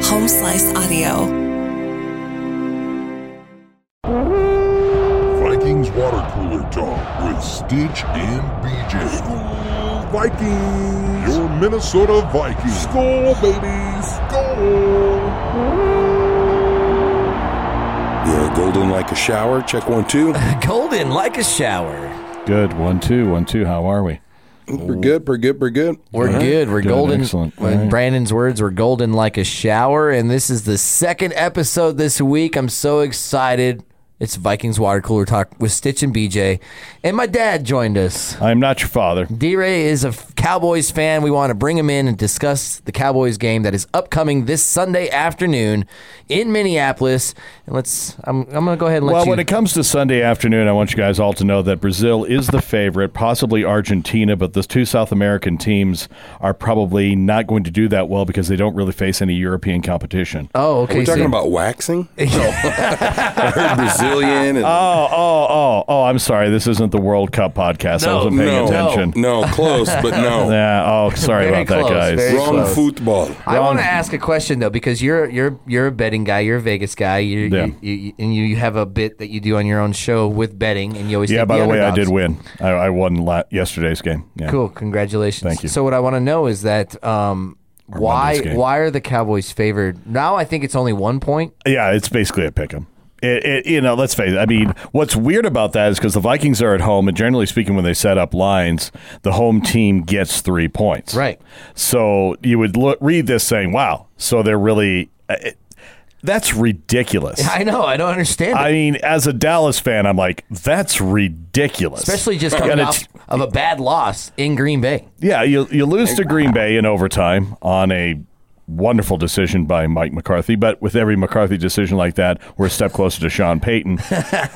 Slice Audio. Vikings Water Cooler Talk with Stitch and BJ. Vikings. Your Minnesota Vikings. School, baby. School. Yeah, golden like a shower. Check one, two. Golden like a shower. Good. One, two, one, two. How are we? We're good. We're good. We're good. We're good. We're Good, golden. excellent. In All right. Brandon's words, we're golden like a shower. And this is the second episode this week. I'm so excited. It's Vikings Water Cooler Talk with Stitch and BJ. And my dad joined us. I'm not your father. D Ray is a f- Cowboys fan. We want to bring him in and discuss the Cowboys game that is upcoming this Sunday afternoon in Minneapolis. And let's, I'm, I'm going to go ahead and let Well, you. when it comes to Sunday afternoon, I want you guys all to know that Brazil is the favorite, possibly Argentina, but the two South American teams are probably not going to do that well because they don't really face any European competition. oh, Are okay. we talking so- about waxing? No. I heard Brazilian. And, Oh, oh, oh, oh, I'm sorry. This isn't the World Cup podcast. I No, wasn't paying no, attention. no, close, but no. Yeah, oh, sorry Very about that, close, guys. very Wrong close. football. I want to ask a question though, because you're you're you're a betting guy, you're a Vegas guy, you're, Yeah. you, you and you, you have a bit that you do on your own show with betting, and you always Yeah, take by the way, I underdogs. did win. I, I won la- yesterday's game. Yeah. Cool, congratulations. Thank you. So what I want to know is that um, why Monday's game. why are the Cowboys favored now? I think it's only one point. Yeah, it's basically a pick 'em. It, it, you know, let's face it. I mean, what's weird about that is because the Vikings are at home, and generally speaking, when they set up lines, the home team gets three points. Right. So you would look, read this saying, "Wow!" So they're really uh, it, that's ridiculous. I know, I don't understand. I it. mean, as a Dallas fan, I'm like, that's ridiculous. Especially just Got coming a off t- of a bad loss in Green Bay. yeah, you you lose to Green Bay in overtime on a wonderful decision by Mike McCarthy, but with every McCarthy decision like that, we're a step closer to Sean Payton.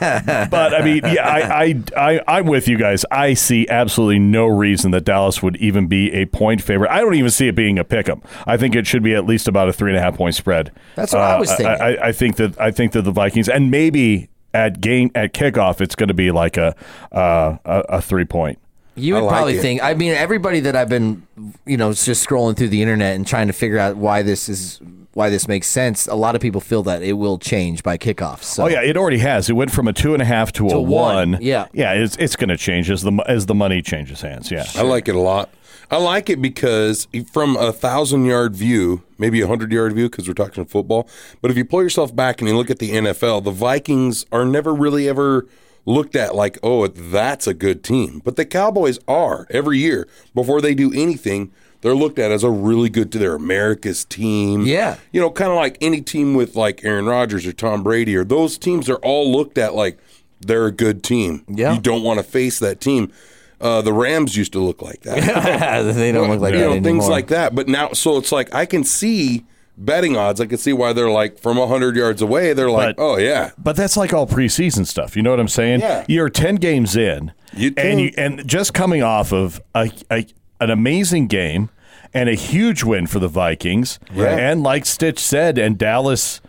but I mean, yeah, I, I I I'm with you guys. I see absolutely no reason that Dallas would even be a point favorite. I don't even see it being a pick'em. I think it should be at least about a three and a half point spread. Uh, That's what I was thinking. I, I think that I think that the Vikings and maybe. At game at kickoff, it's going to be like a uh, a, a three point. You I would like probably it. think. I mean, everybody that I've been, you know, just scrolling through the internet and trying to figure out why this is why this makes sense. A lot of people feel that it will change by kickoff. So Oh yeah, it already has. It went from a two and a half to, a one, one. yeah. yeah. It's it's going to change as the mo- as the money changes hands. Yeah, I like it a lot. I like it because from a thousand yard view, maybe a hundred yard view, because we're talking football. But if you pull yourself back and you look at the NFL, the Vikings are never really ever looked at like, oh, that's a good team. But the Cowboys are every year before they do anything. They're looked at as a really good. They're America's team. Yeah. you know, kind of like any team with like Aaron Rodgers or Tom Brady or those teams are all looked at like they're a good team. Yeah. you don't want to face that team. Uh, the Rams used to look like that. they don't look like you that know, anymore. things like that. But now, so it's like I can see betting odds. I can see why they're like from hundred yards away. They're like, But- oh yeah, but that's like all preseason stuff. You know what I'm saying? Yeah. You're ten games in, You'd and you think. and just coming off of a, a an amazing game and a huge win for the Vikings. And like Stitch said, and Dallas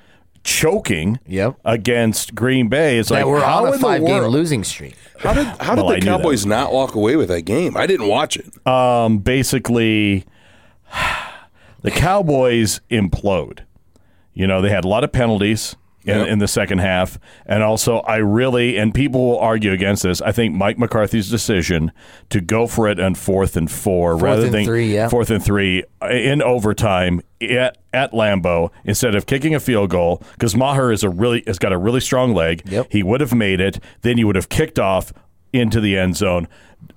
choking Yep. against Green Bay. It's that like we're how on a in the five game world- losing streak. how did how did Well, I the knew that. Cowboys not walk away with that game? I didn't watch it. um, basically the Cowboys implode. You know, they had a lot of penalties in, Yep. in the second half. And also, I really, and people will argue against this, I think Mike McCarthy's decision to go for it on fourth and four rather and than three, yeah. fourth and three uh, in overtime at, at Lambeau instead of kicking a field goal because Maher is a really has got a really strong leg. Yep. He would have made it. Then you would have kicked off into the end zone.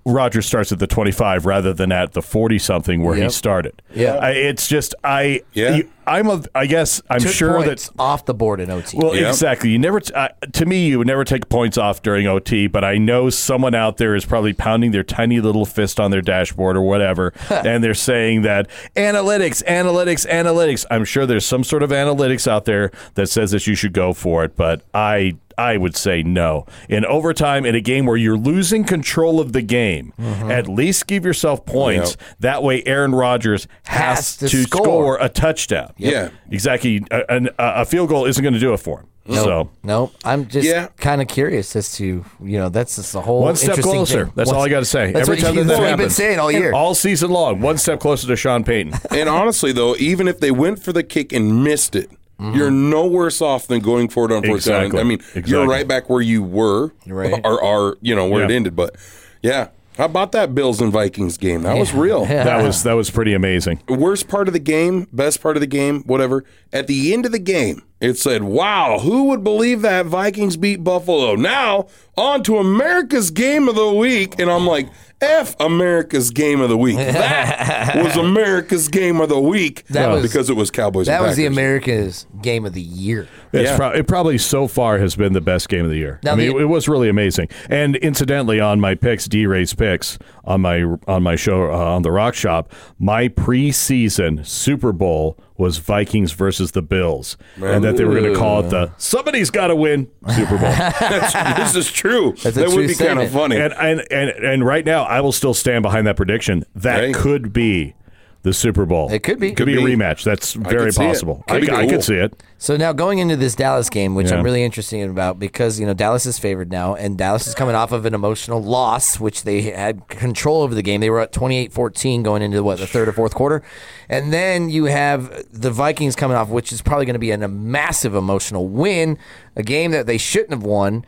Rogers starts at the 25 rather than at the 40 something where he Yep. started. Yeah. I, it's just I Yeah. you- I'm a I guess I'm Took sure points that off the board in OT. well Yep. exactly you never t- I- to me you would never take points off during OT but I know someone out there is probably pounding their tiny little fist on their dashboard or whatever and they're saying that analytics analytics analytics I'm sure there's some sort of analytics out there that says that you should go for it but I I would say no. In overtime, in a game where you're losing control of the game, Mm-hmm. at least give yourself points. That way, Aaron Rodgers has, Has to to, score. score a touchdown. Yep. Yeah. exactly. A, an- a, a field goal isn't going to do it for him. no, So no, I'm just Yeah. kind of curious as to you know that's just a whole one step interesting closer. thing. That's One all I step- got to say. That's Every what time you- that that's that what we've been happens, saying all year. all season long, one step closer to Sean Payton. And honestly, though, even if they went for the kick and missed it, You're no worse off than going for it on fourth down. Mm-hmm. Exactly. I mean, you're Exactly. right back where you were, Right. or are you know where it Yeah. ended. But yeah, how about that Bills and Vikings game? That was real. That was that was pretty amazing. Worst part of the game, best part of the game, whatever. At the end of the game, it said, "Wow, who would believe that Vikings beat Buffalo?" Now on to America's game of the week, and I'm like. F America's game of the week. That was America's game of the week. That was- because it was Cowboys. That and was the Packers. America's game of the year. It's Yeah. prob- it probably so far has been the best game of the year. Now I mean, the- it, it was really amazing. And incidentally, on my picks, D Ray's picks on my on my show uh, on the Rock Shop, my preseason Super Bowl was Vikings versus the Bills, and that they were going to call it the somebody's got to win Super Bowl. That's- this is true. That's a that true would be kind statement. of funny. and, and and and right now, I will still stand behind that prediction. That Hey. could be the Super Bowl. It could be. Could, be, Could a be. rematch. That's very could see it. possible. I, Could be I cool. could see it. So now going into this Dallas game, which I'm Yeah. really interested about because you know Dallas is favored now, and Dallas is coming off of an emotional loss, which they had control over the game. They were at 28-14 going into what the third or fourth quarter, and then you have the Vikings coming off, which is probably going to be an- a massive emotional win, a game that they shouldn't have won.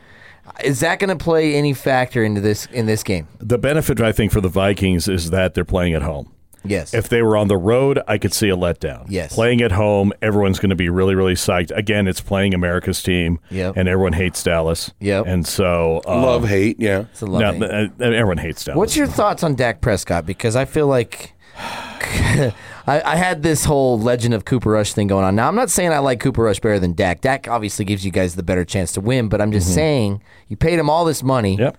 Is that going to play any factor into this in this game? The benefit, I think, for the Vikings is that they're playing at home. Yes. If they were on the road, I could see a letdown. Yes. Playing at home, everyone's going to be really, really psyched. Again, it's playing America's team, Yep. and everyone hates Dallas. Yep. And so. Uh, Love, hate, yeah. It's a no, love hate. uh, everyone hates Dallas. What's your thoughts on Dak Prescott? Because I feel like I, I had this whole legend of Cooper Rush thing going on. Now I'm not saying I like Cooper Rush better than Dak. Dak obviously gives you guys the better chance to win, but I'm just saying you paid him all this money, Mm-hmm. Yep.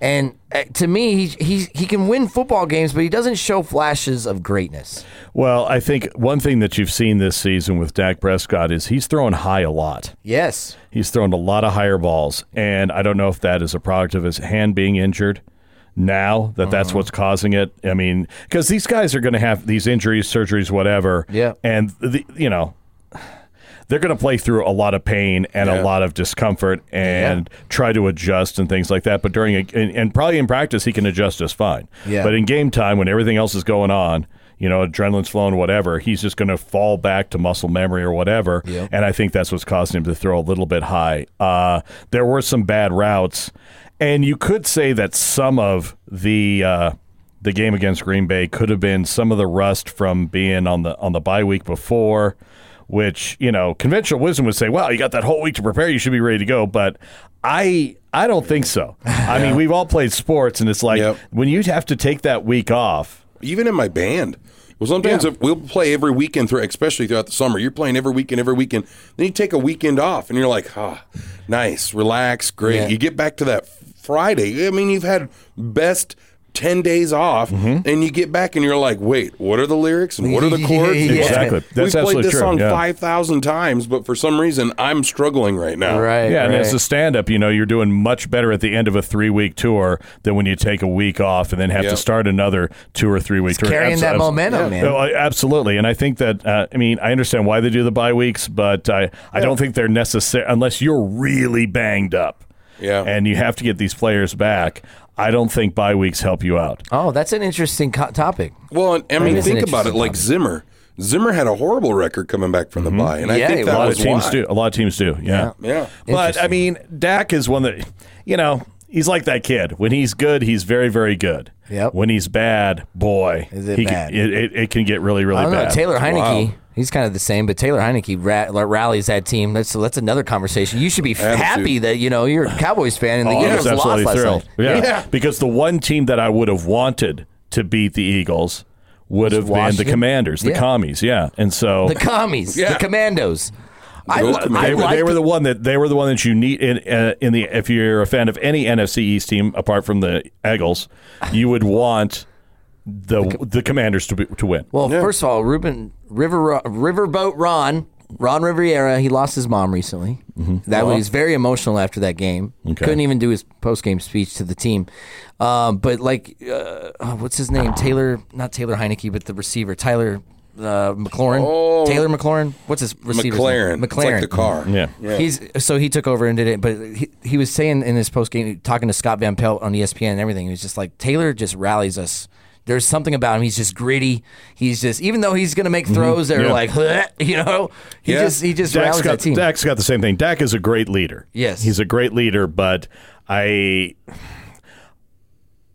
and uh, to me, he, he he can win football games, but he doesn't show flashes of greatness. Well, I think one thing that you've seen this season with Dak Prescott is he's throwing high a lot. Yes, He's thrown a lot of higher balls, and I don't know if that is a product of his hand being injured now that that's Uh-huh. what's causing it. I mean, because these guys are going to have these injuries, surgeries, whatever. Yeah. and the, you know. They're going to play through a lot of pain and a Yeah. lot of discomfort and try to adjust and things like that. But during a, and, and probably in practice, he can adjust just fine. Yeah. But in game time, when everything else is going on, you know, adrenaline's flowing, whatever, he's just going to fall back to muscle memory or whatever. Yep. And I think that's what's causing him to throw a little bit high. Uh, there were some bad routes, and you could say that some of the uh, the game against Green Bay could have been some of the rust from being on the on the bye week before. Which you know, conventional wisdom would say, "Wow, you got that whole week to prepare. You should be ready to go." But I, I don't think so. I mean, we've all played sports, and it's like Yep. when you have to take that week off. Even in my band. Well, sometimes Yeah. if we'll play every weekend, through, especially throughout the summer. You're playing every weekend, every weekend. Then you take a weekend off, and you're like, ah, nice, relax, great. Yeah. You get back to that Friday. I mean, you've had best 10 days off, Mm-hmm. and you get back, and you're like, wait, what are the lyrics, and what are the chords? and what- Exactly. That's We've played absolutely this true, song yeah. 5,000 times, but for some reason, I'm struggling right now. right, Uh, Yeah, and right. as a stand up, you know, you're doing much better at the end of a three week tour than when you take a week off and then have Yeah. to start another two or three week tour. carrying Abso- that abso- momentum, man. Oh, I- absolutely. And I think that, uh, I mean, I understand why they do the bye weeks, but I, I don't think they're necessary unless you're really banged up. Yeah. And you have to get these players back. I don't think bye weeks help you out. oh, that's an interesting co- topic. Well, and, I it mean, is an think about it. interesting Like topic. Zimmer, Zimmer had a horrible record coming back from the bye, and I Yeah, think it that A lot was of teams why. do. A lot of teams do. Yeah. Yeah. But I mean, Dak is one that, you know, he's like that kid. When he's good, he's very, very good. Yep. When he's bad, boy, Is it he bad? Can, it, it, it can get really, really I don't bad. know. Taylor Heineke, Wow. he's kind of the same, but Taylor Heineke ra- like, rallies that team. That's so that's another conversation. You should be Attitude. happy that you know you're a Cowboys fan and the Oh, I Eagles was lost absolutely last thrilled. night. Yeah. Yeah. Because the one team that I would have wanted to beat the Eagles would have been Washington? the Commanders, the Yeah. commies. Yeah. And so The commies, Yeah. the commandos. I, Go I Commanders. they, were- like they were the- the one that they were the one that you need in uh, in the if you're a fan of any NFC East team apart from the Eagles, you would want the the Commanders to be, to win. well, first of all, Ruben River Riverboat Ron Ron Riviera. He lost his mom recently. Mm-hmm. That was very emotional after that game. Couldn't even do his post game speech to the team. Um, but like, uh, oh, what's his name? Taylor, not Taylor Heineke, but the receiver Tyler. Uh, McLaurin, Oh. Taylor McLaurin. What's his receiver's McLaren. name? It's like the car. Yeah. He's so he took over and did it, but he, he E was saying in his post game, talking to Scott Van Pelt on ESPN and everything, he was just like Taylor just rallies us There's something about him. He's just gritty. He's just even though he's going to make throws that are Mm-hmm. Yeah. like "Huh," you know, he Yeah. just he just Dak's rallies got, that team. Dak's got the same thing. Dak is a great leader. Yes. he's a great leader, but I.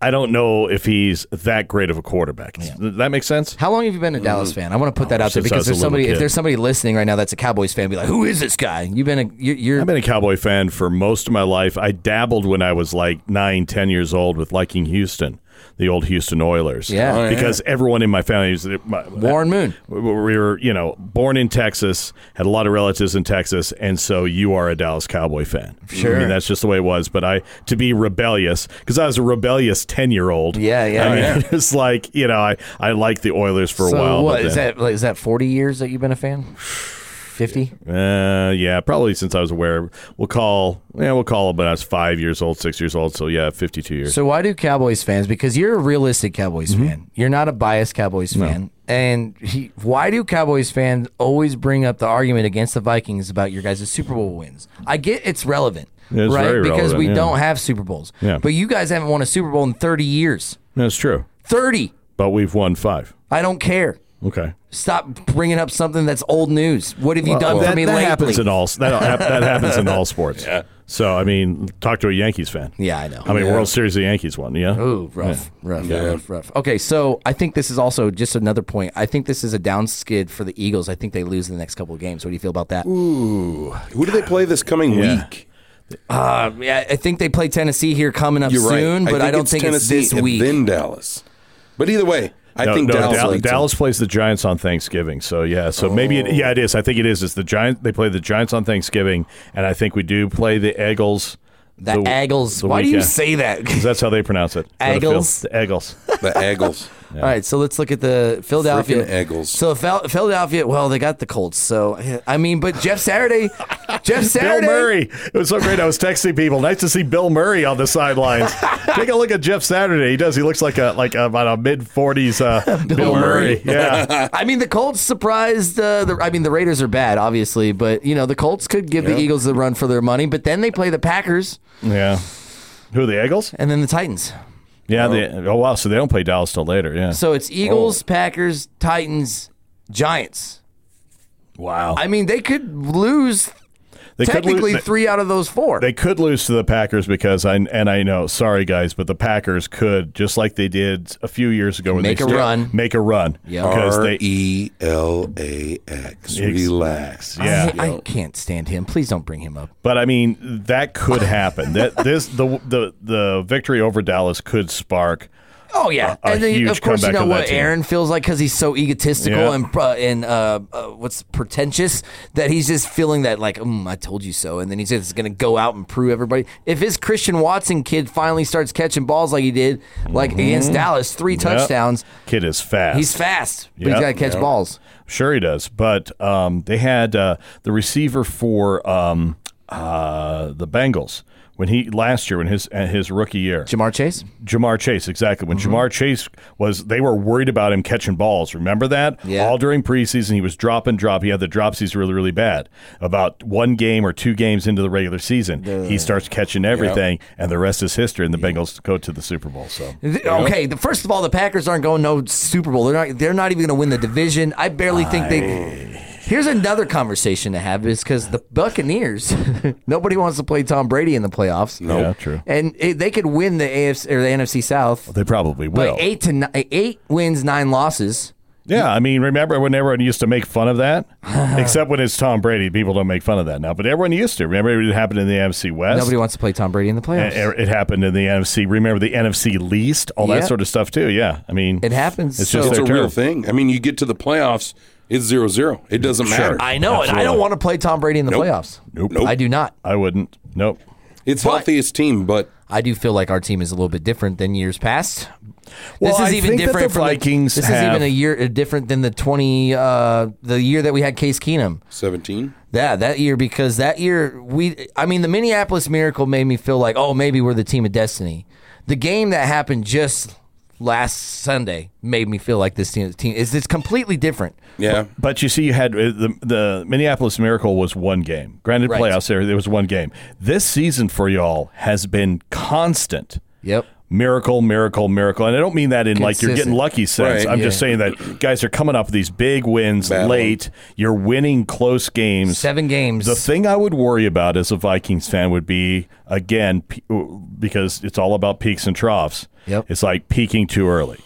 I don't know if he's that great of a quarterback. Does that make sense? How long have you been a Dallas fan? I want to put that out there since Mm-hmm. I because was a there's somebody little if kid. there's somebody listening right now that's a Cowboys fan, be like, who is this guy? You've been a you're, you're I've been a Cowboy fan for most of my life. I dabbled when I was like nine, ten years old with liking Houston, the old Houston Oilers. Yeah. Oh, yeah. Because everyone in my family was. uh, My, Warren Moon. we we were, you know, born in Texas, had a lot of relatives in Texas, and so you are a Dallas Cowboy fan. Sure, I mean that's just the way it was. But I to be rebellious because I was a rebellious ten year old. Yeah, yeah. I mean, Yeah. it's like you know, I I liked the Oilers for So a while. what but is then- that? Like, is that 40 years that you've been a fan? 50. Uh, yeah, probably since I was aware. We'll call. Yeah, we'll call. But I was five years old, six years old. So yeah, fifty-two years. So why do Cowboys fans? Because you're a realistic Cowboys Mm-hmm. fan. You're not a biased Cowboys fan. And he, why do Cowboys fans always bring up the argument against the Vikings about your guys' Super Bowl wins? I get it's relevant, Yeah, it's right? very because relevant, we yeah. don't have Super Bowls. Yeah. But you guys haven't won a Super Bowl in 30 years. That's true. 30. But we've won five. I don't care. Okay. Stop bringing up something that's old news. What have you done that, for me that lately? happens in all that, hap- that happens in all sports. So I mean, talk to a Yankees fan. Yeah, Oh, I know. I mean, World Series the Yankees won. Yeah. Ooh, rough, rough, rough, rough. Okay, so I think this is also just another point. I think this is a down skid for the Eagles. I think they lose in the next couple of games. What do you feel about that? Who do they play this coming Yeah. week? Uh, yeah, I think they play Tennessee here coming up You're right. soon, but I, don't think Tennessee it's this and week. Then Dallas. But either way, I No, think no, Dallas. Dal- leads them. Dallas plays the Giants on Thanksgiving, so yeah, so maybe it, yeah, it is. I think it is. It's the Giants. They play the Giants on Thanksgiving, and I think we do play the Eagles. the Eagles. Why do you weekend. say that? 'Cause that's how they pronounce it. Is that a field? Eagles? The Eagles. the Eagles. All right, so let's look at the Philadelphia Frickin' Eagles. So Phil- Philadelphia, well, they got the Colts. So I mean, but Jeff Saturday, Jeff Bill Saturday, Murray. It was so great. I was texting people. Nice to see Bill Murray on the sidelines. Take a look at Jeff Saturday. He does. He looks like a like about a mid forties uh, Bill, Murray. Murray. Yeah. I mean, the Colts surprised. Uh, the, I mean, the Raiders are bad, obviously, but you know the Colts could give the Eagles the run for their money. But then they play the Packers Yeah. Who the Eagles? and then the Titans. Yeah. They, oh wow. So they don't play Dallas till later. Yeah. So it's Oh. Eagles, Packers, Titans, Giants. wow. I mean, they could lose They could lose- technically they- three out of those four. They could lose to the Packers because I and I know, sorry guys, but the Packers could just like they did a few years ago when Make they a still- run. make a run, Yeah. because R they E L A X. Relax. I- yeah. I, can't stand him. Please don't bring him up. But I mean, that could happen. that this the the the victory over Dallas could spark. Oh yeah, A- a and then huge of course you comeback know of that what team. Aaron feels like because he's so egotistical Yeah. and uh, and uh, uh, what's pretentious that he's just feeling that like mm, I told you so, and then he's just gonna go out and prove everybody. If his Christian Watson kid finally starts catching balls like he did, like Mm-hmm. against Dallas, three touchdowns, Kid is fast. he's fast, but Yeah. he's gotta catch balls. Sure, he does. But um, they had uh, the receiver for um, uh, the Bengals when he last year, when his uh, his rookie year, Jamar Chase, Jamar Chase, exactly. When Mm-hmm. Jamar Chase was, they were worried about him catching balls. Remember that? Yeah. All during preseason, he was drop and drop. He had the drops. He's really, really bad. About one game or two games into the regular season, he starts catching everything, and the rest is history. And the Bengals go to the Super Bowl. So Th- Okay, the, first of all, the Packers aren't going no Super Bowl. They're not. They're not even going to win the division. I barely think they. Here's another conversation to have is because the Buccaneers, nobody wants to play Tom Brady in the playoffs. No, Yeah, true. And it, they could win the AFC or the NFC South they probably by will. eight to ni- eight wins, nine losses. Yeah, I mean, remember when everyone used to make fun of that? Except when it's Tom Brady, people don't make fun of that now. But everyone used to. Remember it happened in the NFC West. Eh, Nobody wants to play Tom Brady in the playoffs. it it happened in the NFC. Remember the NFC least, all Yeah. that sort of stuff too. Yeah, I mean, It happens, It's just so- It's a their real turf. thing. I mean, you get to the playoffs, it's zero zero. It doesn't matter. I know, and I don't Absolutely. want to play Tom Brady in the Nope. playoffs. Nope. I do not. I wouldn't. Nope. It's healthiest team, but I do feel like our team is a little bit different than years past. This Well, is I even think that different the from Vikings This is have- even a year uh, different than the twenty uh, the year that we had Case Keenum. seventeen. Yeah, that year because that year we I mean the Minneapolis Miracle made me feel like oh maybe we're the team of destiny. The game that happened just last Sunday made me feel like this team, team is it's completely different. Yeah. But you see, you had uh, the the Minneapolis Miracle was one game. Granted, Right. playoffs there there was one game. This season for y'all has been constant. Yep. miracle, miracle, miracle. And I don't mean that in like you're getting Consistent. lucky sense. Right. I'm just Yeah. saying that guys are coming up with these big wins Battling. late. You're winning close games. Seven games. The thing I would worry about as a Vikings fan would be again pe- because it's all about peaks and troughs. Yep. It's like peaking too early.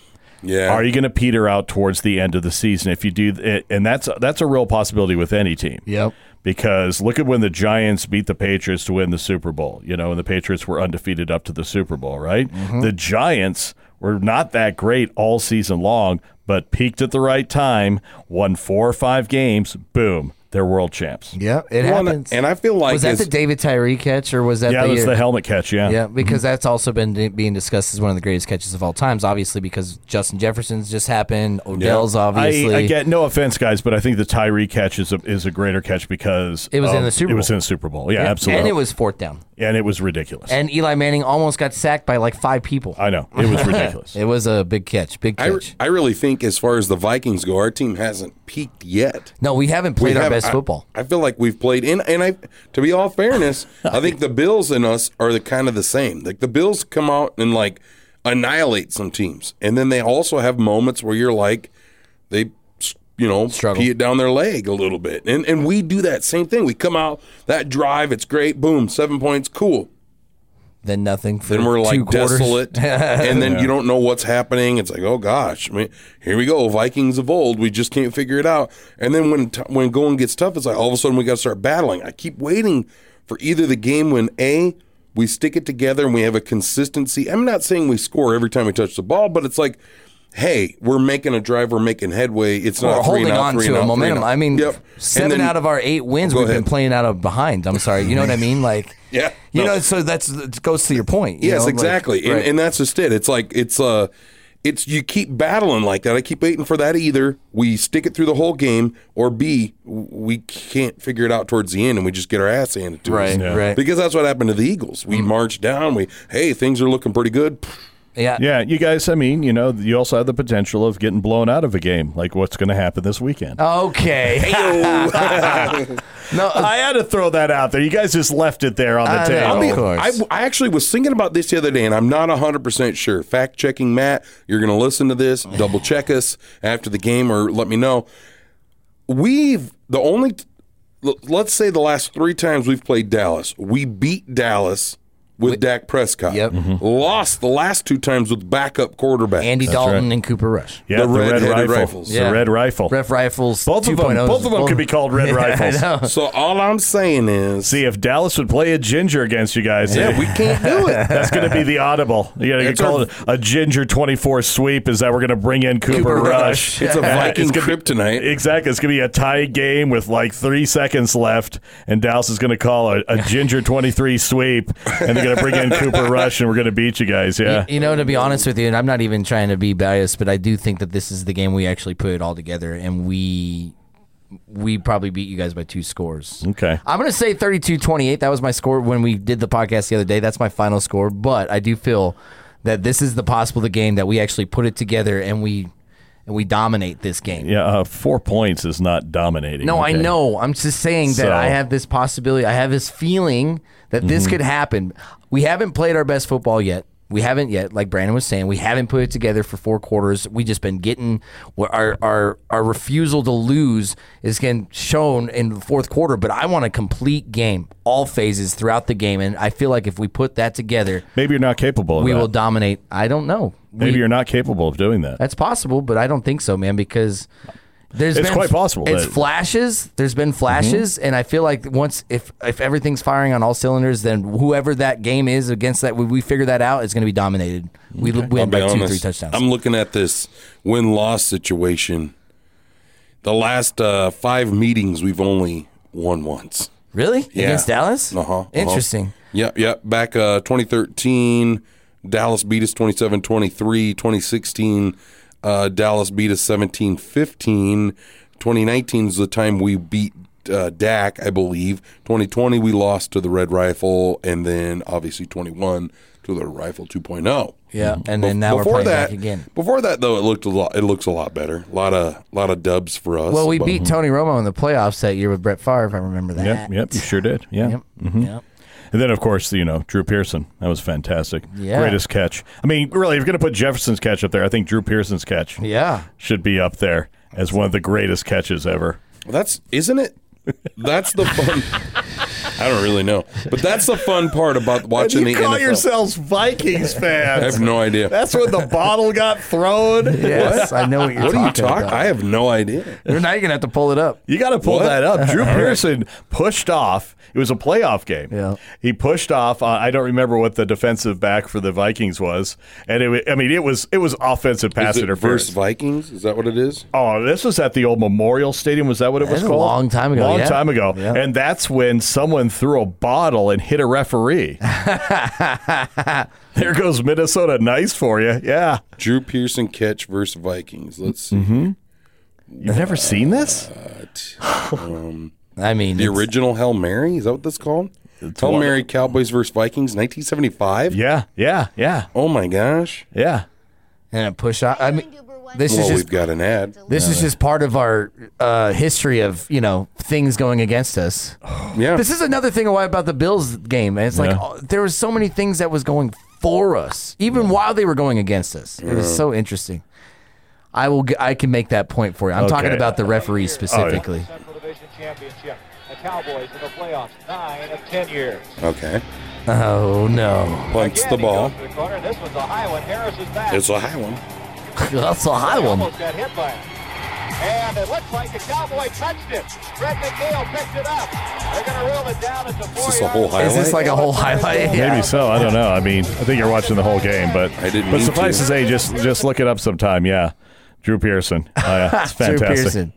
Yeah. Are you going to peter out towards the end of the season if you do th- and that's that's a real possibility with any team. Yep. Because look at when the Giants beat the Patriots to win the Super Bowl, you know, and the Patriots were undefeated up to the Super Bowl, right? Mm-hmm. The Giants were not that great all season long, but peaked at the right time, won four or five games, boom, they're world champs. Yeah, it Well, and- happens. and I feel like was that as- the David Tyree catch or was that Yeah, the, that's year- the helmet catch. Yeah. Yeah, because Mm-hmm. that's also been di- being discussed as one of the greatest catches of all times. Obviously, because Justin Jefferson's just happened, Odell's I, obviously. I get no offense, guys, but I think the Tyree catch is a, is a greater catch because It was in the Super It was Bowl. in the Super Bowl. Yeah, Yeah, absolutely. And it was fourth down. and it was ridiculous. And Eli Manning almost got sacked by like five people. I know it was ridiculous. It was a big catch. Big I, catch. I really think as far as the Vikings go, our team hasn't peaked yet. no, we haven't We played our have- best I- football. I feel like we've played in, and I, to be all fairness, I think the Bills and us are the kind of the same. Like the Bills come out and like annihilate some teams, and then they also have moments where you're like, they, you know, Struggle. pee it down their leg a little bit, and and we do that same thing. We come out that drive, it's great, boom, seven points, cool. Then nothing. For Then we're two like quarters. desolate, and then you don't know what's happening. It's like, oh gosh, I mean, here we go, Vikings of old. We just can't figure it out. And then when t- when going gets tough, it's like all of a sudden we got to start battling. I keep waiting for either the game when a we stick it together and we have a consistency. I'm not saying we score every time we touch the ball, but it's like, hey, we're making a drive, we're making headway. It's We're not three holding and out, on three and to out, a three momentum. and I mean, Yep. And seven then- out of our eight wins, Go we've been ahead. playing out of behind. I'm sorry. You know what I mean? Like, Yeah. You No. know, so that's that goes to your point. you Yes, know, like- exactly. and, right. and that's just it. It's like it's uh it's you keep battling like that. I keep waiting for that either. We stick it through the whole game, or B, w- we can't figure it out towards the end and we just get our ass handed to us. Right, Mm-hmm. Yeah. right. Because that's what happened to the Eagles. We marched down, we hey, things are looking pretty good. yeah. Yeah, you guys. I mean, you know, you also have the potential of getting blown out of a game. Like what's going to happen this weekend? Oh. Okay. no, I had to throw that out there. You guys just left it there on the I know. table. I'll I be- mean, Of course. I, I actually was thinking about this the other day, and I'm not 100% sure. Fact checking Matt, you're going to listen to this, double check us after the game, or let me know. We've, the only, l- let's say the last three times we've played Dallas, we beat Dallas with Dak Prescott. Yep. Lost the last two times with backup quarterback. Andy Dalton and Cooper Rush. yeah, the the, red, red-headed rifle. rifles. The Yeah. red rifle. Ref Rifles. Both of 2.0. them. Both of them could be called red rifles. so all I'm saying is, See if Dallas would play a ginger against you guys. yeah, we can't do it. That's going to be the audible. You got to It's call our- it a ginger 24 sweep is that we're going to bring in Cooper, Cooper Rush. Rush. It's a Viking gonna be- kryptonite. exactly. It's going to be a tie game with like three seconds left, and Dallas is going to call a, a ginger 23 sweep, and they're going to bring in Cooper Rush, and we're going to beat you guys. Yeah. You know, to be honest with you, and I'm not even trying to be biased, but I do think that this is the game we actually put it all together, and we we probably beat you guys by two scores. Okay. I'm going to say 32-28. That was my score when we did the podcast the other day. That's my final score, but I do feel that this is the possible the game that we actually put it together and we and we dominate this game. Yeah. Uh, four points is not dominating. No, I okay? know. I'm just saying that So- Mm-hmm. I have this possibility. I have this feeling that this could happen. We haven't played our best football yet. We haven't yet, like Brandon was saying, we haven't put it together for four quarters. We just been getting our our our refusal to lose is getting shown in the fourth quarter. But I want a complete game, all phases throughout the game, and I feel like if we put that together, Maybe you're not capable of we that. will dominate. I don't know. Maybe We- you're not capable of doing that. that's possible, but I don't think so, man, because there's It's been quite possible It's that- flashes. There's been flashes, and I feel like once if if everything's firing on all cylinders, then whoever that game is against that, we, we figure that out, it's going to be dominated. We l- win by I'll be two, three honest, touchdowns. I'm looking at this win loss situation. The last uh, five meetings, we've only won once. really Yeah. against Dallas? Uh huh. Interesting. Yep, yep. Back uh, 2013, Dallas beat us 27 23. 2016, uh, Dallas beat us 17 15. 2019 is the time we beat uh, Dak, I believe. 2020, we lost to the Red Rifle, and then obviously 21 to the Rifle oh. 2.0. Yeah, and then now we're Before playing that, back again. before that though, it looked a lot. It looks a lot better. A lot of lot of dubs for us. Well, we but- beat Tony Romo in the playoffs that year with Brett Favre. If I remember that. Mm-hmm. Yep, yep, you sure did. Yeah. Yep. Yep. And then, of course, you know, Drew Pearson. That was fantastic. Yeah. Greatest catch. I mean, really, if you're going to put Jefferson's catch up there, I think Drew Pearson's catch Yeah. should be up there as one of the greatest catches ever. Well, that's isn't it? That's the fun. I don't really know, but that's the fun part about watching you the call NFL. yourselves Vikings I have fans. no idea. That's when the bottle got thrown. Yes, I know what you're what are talking you talking? about. I have no idea. You're now you're gonna have to pull it up. You got to pull What? that up. Drew Pearson pushed off. It was a playoff game. Yeah. he pushed off. Uh, I don't remember what the defensive back for the Vikings was, and it. wa- I mean, it was it was offensive pass Is it versus interference. Vikings? Is that what it is? Oh, this was at the old Memorial Stadium. Was that what it was was a called? long time ago, Long yeah. time ago, Yeah. and that's when someone threw a bottle and hit a referee. there goes Minnesota. Nice for you. Yeah, Drew Pearson catch versus Vikings. Let's see. Mm-hmm. you've never seen this. I mean, The it's- original Hail Mary? Is that what that's called? Hail what- Mary Cowboys versus Vikings, 1975? Yeah, yeah, yeah, Oh my gosh. yeah. and a push off. I mean, this is Well, just we've got an ad. this is just part of our uh, history of you know things going against us. Yeah. This is another thing why about the Bills game. And it's like Yeah. oh, there was so many things that was going for us, even while they were going against us. It was so interesting. I will. g- I can make that point for you. I'm talking Okay. Oh, about the referees specifically. Central Division Championship. The Cowboys in the playoffs, nine of ten years. Okay. Oh no, Punts Again, the he ball. goes to the corner. This one's a high one. Harris is back. It's a high one. that's a high He one. Almost got hit by it. And it looks like the Cowboy touched it. Fred McNeil picked it up. They're going to reel it down at the four this a whole highlight? Is this like a whole highlight? Yeah. Maybe so. I don't know. I mean, I think you're watching the whole game, but I didn't But mean suffice to. to say, just just look it up sometime. Yeah, Drew Pearson. Oh, yeah. It's Drew fantastic. Pearson.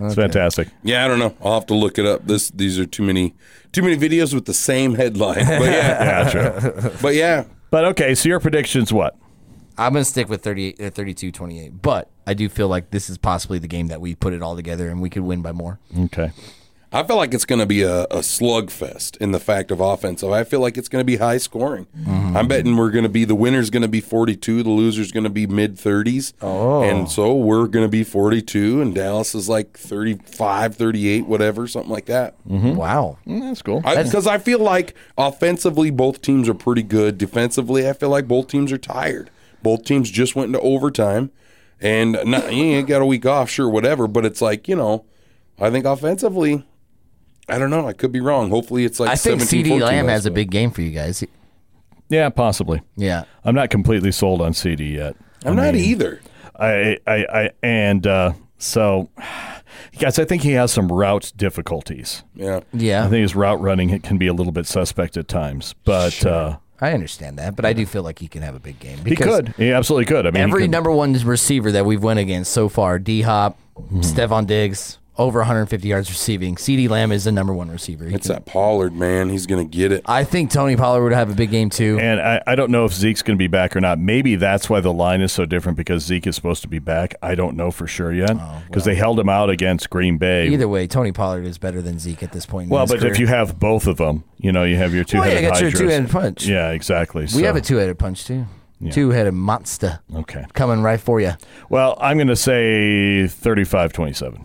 It's fantastic. Yeah, I don't know. I'll have to look it up. This these are too many too many videos with the same headline. But yeah. Gotcha. But yeah. but okay, so your prediction's what? I'm gonna stick with 38 or 32, 28. But I do feel like this is possibly the game that we put it all together and we could win by more. Okay. I feel like it's going to be a, a slugfest in the fact of offensive. I feel like it's going to be high scoring. Mm-hmm. I'm betting we're going to be the winner's going to be 42, the loser's going to be mid 30s. Oh. And so we're going to be 42 and Dallas is like 35, 38, whatever, something like that. Mm-hmm. Wow. Mm, That's cool. Because I, feel like offensively both teams are pretty good. Defensively, I feel like both teams are tired. Both teams just went into overtime, and not, you ain't got a week off, sure, whatever. But it's like you know, I think offensively, I don't know. I could be wrong. Hopefully, it's like I think 17, CD 14 Lamb has a last big game for you guys. Yeah, possibly. Yeah. I'm not completely sold on CD yet. night. I'm not either. I, I, I and uh, so, guys, I think he has some route difficulties. Yeah, Yeah. I think his route running it can be a little bit suspect at times, but uh, I understand that, but I do feel like he can have a big game. he Because could. He absolutely could. I mean, he Every could- number one receiver that we've went against so far, D Hop, Mm-hmm. Stephon Diggs, over 150 yards receiving. CD Lamb is the number one receiver. He it's can- that Pollard man. He's gonna get it. I think Tony Pollard would have a big game too. And I, I don't know if Zeke's going to be back or not. Maybe that's why the line is so different because Zeke is supposed to be back. I don't know for sure yet because they held him out against Green Bay. Oh, Either way, Tony Pollard is better than Zeke at this point. In well, his but career. if you have both of them, you know, you have your two Well, yeah, headed you got your two-headed punch. Yeah, exactly. we have a two-headed punch too, two-headed monster Okay. coming right for you. Well, I'm going to say 35 27.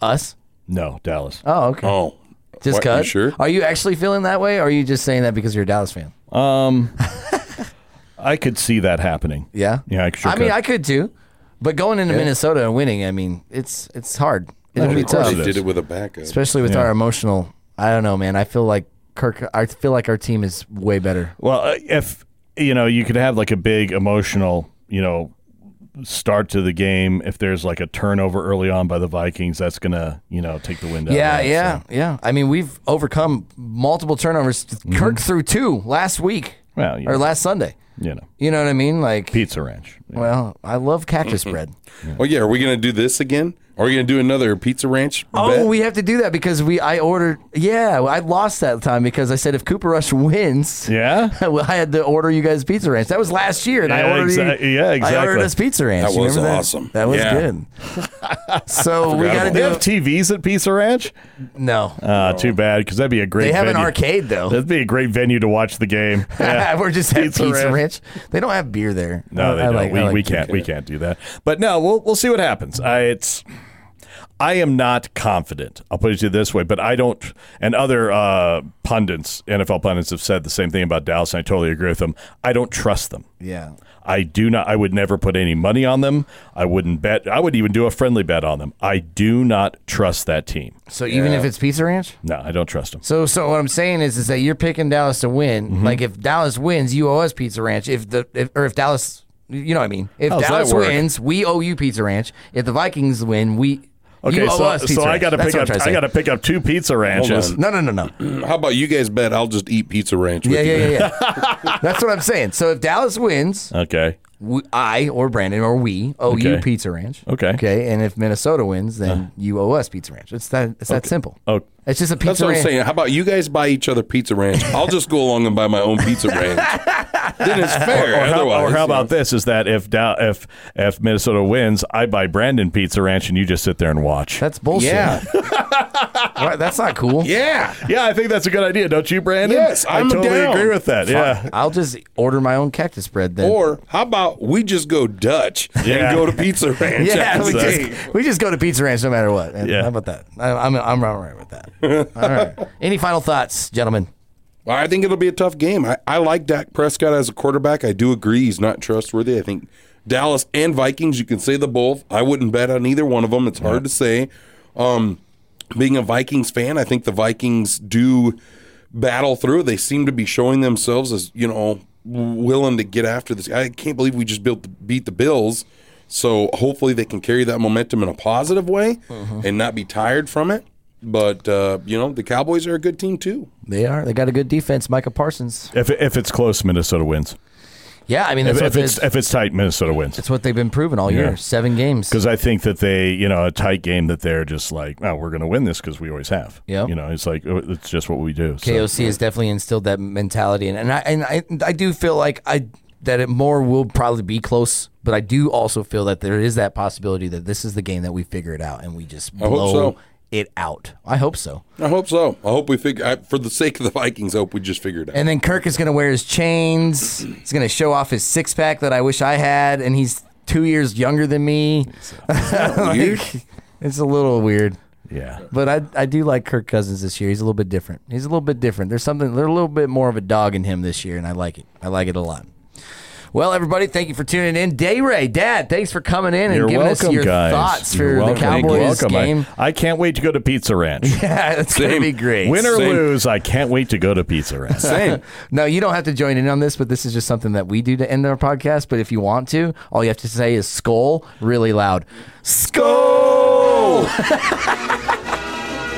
Us? No, Dallas. Oh, okay. Oh, just what, you cut. sure? Are you actually feeling that way? Or are you just saying that because you're a Dallas fan? I could see that happening. Yeah. Yeah, I sure I mean, could. I could too, but going into Minnesota and winning, I mean, it's it's hard. It'll Of be course tough, it is. did it with a backup. especially with our emotional. I don't know, man. I feel like Kirk. I feel like our team is way better. Well, uh, if you know, you could have like a big emotional, you know, start to the game. If there's like a turnover early on by the Vikings, that's gonna you know take the wind out. Yeah, of that, yeah, so. yeah. I mean, we've overcome multiple turnovers. Kirk threw two last week Mm-hmm. Well, yeah, or last Sunday. you know, You know what I mean? Like, pizza ranch. well, I love cactus bread. Oh yeah, are we gonna do this again? Are we gonna do another Pizza Ranch? Oh, bet? we have to do that because we I ordered. Yeah, I lost that time because I said if Cooper Rush wins, Yeah. well, I had to order you guys pizza ranch. That was last year, and I Yeah, ordered. exac- you- yeah, I ordered exactly. us pizza ranch. That You was remember awesome. That was Yeah. good. so we got to about They do have TVs at Pizza Ranch. no. Uh, too bad because that'd be a great. They have an venue. arcade though. That'd be a great venue to watch the game. Yeah. We're just at Pizza pizza, Ranch. ranch. They don't have beer there. No, they I don't. like- we I like we pizza. can't we can't do that. But no, we'll we'll see what happens. I, it's I am not confident. I'll put it to you this way, but I don't. And other uh, pundits, NFL pundits, have said the same thing about Dallas, and I totally agree with them. I don't trust them. Yeah. I do not. I would never put any money on them. I wouldn't bet. I would even do a friendly bet on them. I do not trust that team. So even if it's Pizza Ranch? No, I don't trust them. So, so what I'm saying is, is that you're picking Dallas to win. Mm-hmm. Like, if Dallas wins, you owe us Pizza Ranch. If the, if, or if Dallas, you know what I mean. If How's that Dallas work? wins, we owe you Pizza Ranch. If the Vikings win, we Okay, you owe so, us Pizza so I Ranch. got to That's pick what I'm up. trying to I say. got to pick up two pizza ranches. on. No, no, no, no. How about you guys bet I'll just eat pizza ranch with Yeah, you? yeah, yeah, yeah. That's what I'm saying. So if Dallas wins, Okay, we, I or Brandon or we owe you Okay. Pizza Ranch. Okay. Uh-huh. Okay. And if Minnesota wins, then you owe us Pizza Ranch. It's that. It's that simple. Oh. It's just a pizza That's what I'm ranch. saying. How about you guys buy each other pizza ranch? I'll just go along and buy my own pizza ranch. then it's fair. or how, or Otherwise, how you know. about this? Is that if Dow- if if Minnesota wins, I buy Brandon Pizza Ranch, and you just sit there and watch. That's bullshit. Yeah. Right, That's not cool. Yeah. yeah, I think that's a good idea, don't you, Brandon? Yes, I I'm totally down. agree with that. Yeah, I'll just order my own cactus bread then. Or how about we just go Dutch Yeah. and go to pizza ranch? yeah, we after the game? just, we just go to Pizza Ranch no matter what. And Yeah. How about that? I, I'm, I'm all right with that. All right. Any final thoughts, gentlemen? Well, I think it'll be a tough game. I, I like Dak Prescott as a quarterback. I do agree he's not trustworthy. I think Dallas and Vikings, you can say the both. I wouldn't bet on either one of them. It's hard to say. Um, being a Vikings fan, I think the Vikings do battle through. They seem to be showing themselves as you know willing to get after this. I can't believe we just built beat the Bills. So hopefully they can carry that momentum in a positive way and not be tired from it. But uh, you know the Cowboys are a good team too. They are. They got a good defense. Micah Parsons. if if it's close, Minnesota wins. Yeah, I mean that's If, what if they- it's if it's tight, Minnesota wins. that's what they've been proving all Yeah. year. Seven games. Because I think that they, you know, a tight game that they're just like, oh, we're going to win this because we always have. Yep. You know, it's like oh, it's just what we do. So. KOC has definitely instilled that mentality, and, and I and I I do feel like I that it more will probably be close, but I do also feel that there is that possibility that this is the game that we figure it out and we just hope blow so. it out. I hope so. I hope so. I hope we figure I, for the sake of the Vikings. I hope we just figure it out. And then Kirk is going to wear his chains. He's going to show off his six pack that I wish I had, and he's two years younger than me. Weird. It's a little weird. yeah. But I, I do like Kirk Cousins this year. He's a little bit different. He's a little bit different. There's something, there's a little bit more of a dog in him this year, and I like it. I like it a lot. Well, everybody, thank you for tuning in. Day Ray, Dad, thanks for coming in and You're giving welcome, us your guys. thoughts You're for the welcome. You're Cowboys welcome. I- game. I, can't wait to go to Pizza Ranch. Yeah, it's going to Same. be great. Win or Same. lose, I can't wait to go to Pizza Ranch. Same. No, you don't have to join in on this, but this is just something that we do to end our podcast. But if you want to, all you have to say is skull really loud. Skull!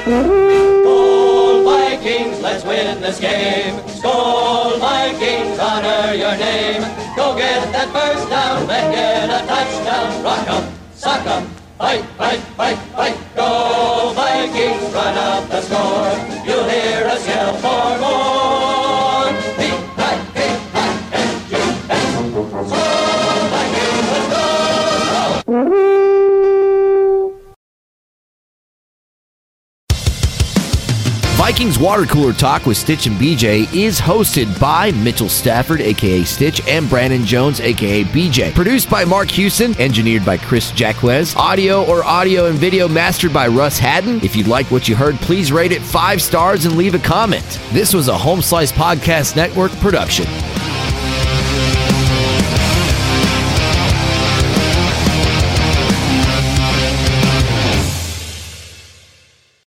Skull Vikings, let's win this game. Skull Vikings, honor your name. Go get that first down, then get a touchdown. Rock 'em, sock 'em, fight, fight, fight, fight. Go Vikings, run up the score. You'll hear us yell for more. V-I-K-I-N-G-S. Skull Vikings, let's go! Vikings Water Cooler Talk with Stitch and BJ is hosted by Mitchell Stafford, aka Stitch, and Brandon Jones, aka BJ. Produced by Mark Hewson, engineered by Chris Jacquez. Audio or audio and video mastered by Russ Haddon. If you like what you heard, please rate it five stars and leave a comment. This was a Home Slice Podcast Network production.